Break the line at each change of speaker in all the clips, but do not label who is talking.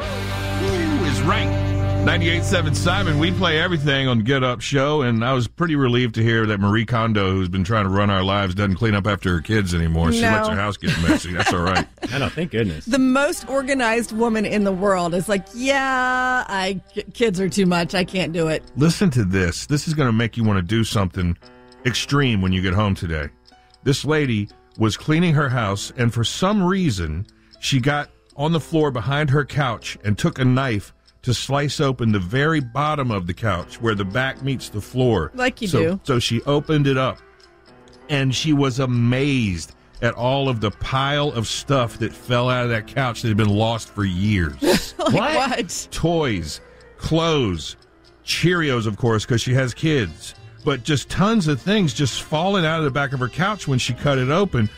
Who is right? 98.7 Simon, we play everything on Get Up Show, and I was pretty relieved to hear that Marie Kondo, who's been trying to run our lives, doesn't clean up after her kids anymore. She
No.
lets her house get messy. That's all right.
I know, thank goodness.
The most organized woman in the world is like, yeah, I kids are too much. I can't do it.
Listen to this. This is going to make you want to do something extreme when you get home today. This lady was cleaning her house, and for some reason, she got on the floor behind her couch and took a knife to slice open the very bottom of the couch where the back meets the floor.
Like you
so,
do.
So she opened it up, and she was amazed at all of the pile of stuff that fell out of that couch that had been lost for years.
Like
What?
what?
toys, clothes, Cheerios, of course, because she has kids, but just tons of things just falling out of the back of her couch when she cut it open.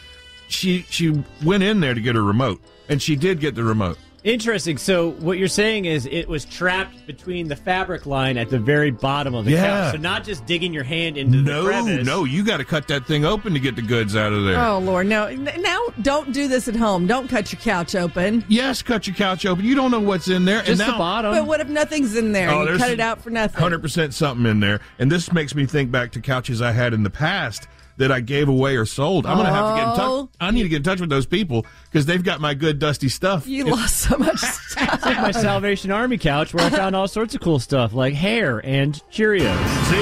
She she went in there to get her remote, and she did get the remote.
Interesting. So what you're saying is it was trapped between the fabric line at the very bottom of the
Yeah.
couch. So not just digging your hand into the
No,
crevice.
no, you got to cut that thing open to get the goods out of there.
Oh Lord, no! N- Now don't do this at home. Don't cut your couch open.
Yes, cut your couch open. You don't know what's in there.
Just
and
the
now,
bottom.
But what if nothing's in there?
Um, Oh,
you
there's
cut it out for nothing.
Hundred percent something in there, and this makes me think back to couches I had in the past that I gave away or sold. I'm gonna have to get in touch.
Oh.
I need to get in touch with those people because they've got my good dusty stuff.
You lost so much stuff.
It's like my Salvation Army couch where I found all sorts of cool stuff like hair and Cheerios
See,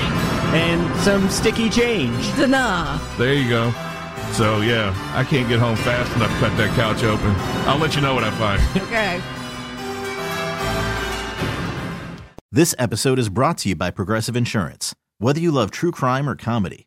and some sticky change.
Nah.
there you go. So yeah, I can't get home fast enough to cut that couch open. I'll let you know what I find.
Okay.
This episode is brought to you by Progressive Insurance. Whether you love true crime or comedy,